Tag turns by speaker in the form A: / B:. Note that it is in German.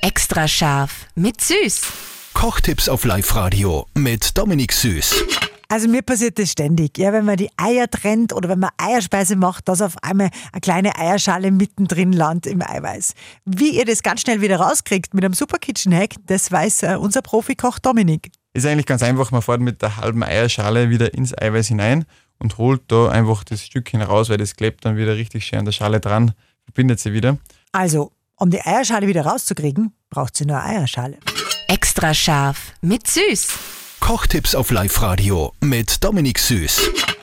A: Extra scharf mit Süß.
B: Kochtipps auf Live-Radio mit Dominik Süß.
C: Also mir passiert das ständig, ja, wenn man die Eier trennt oder wenn man Eierspeise macht, dass auf einmal eine kleine Eierschale mittendrin landet im Eiweiß. Wie ihr das ganz schnell wieder rauskriegt mit einem Super Kitchen Hack, das weiß äh, unser Profikoch Dominik.
D: Ist eigentlich ganz einfach, man fährt mit der halben Eierschale wieder ins Eiweiß hinein und holt da einfach das Stückchen raus, weil das klebt dann wieder richtig schön an der Schale dran, verbindet sie wieder.
C: Also, um die Eierschale wieder rauszukriegen, braucht sie nur eine Eierschale.
A: Extra scharf mit Süß.
B: Kochtipps auf Live-Radio mit Dominik Süß.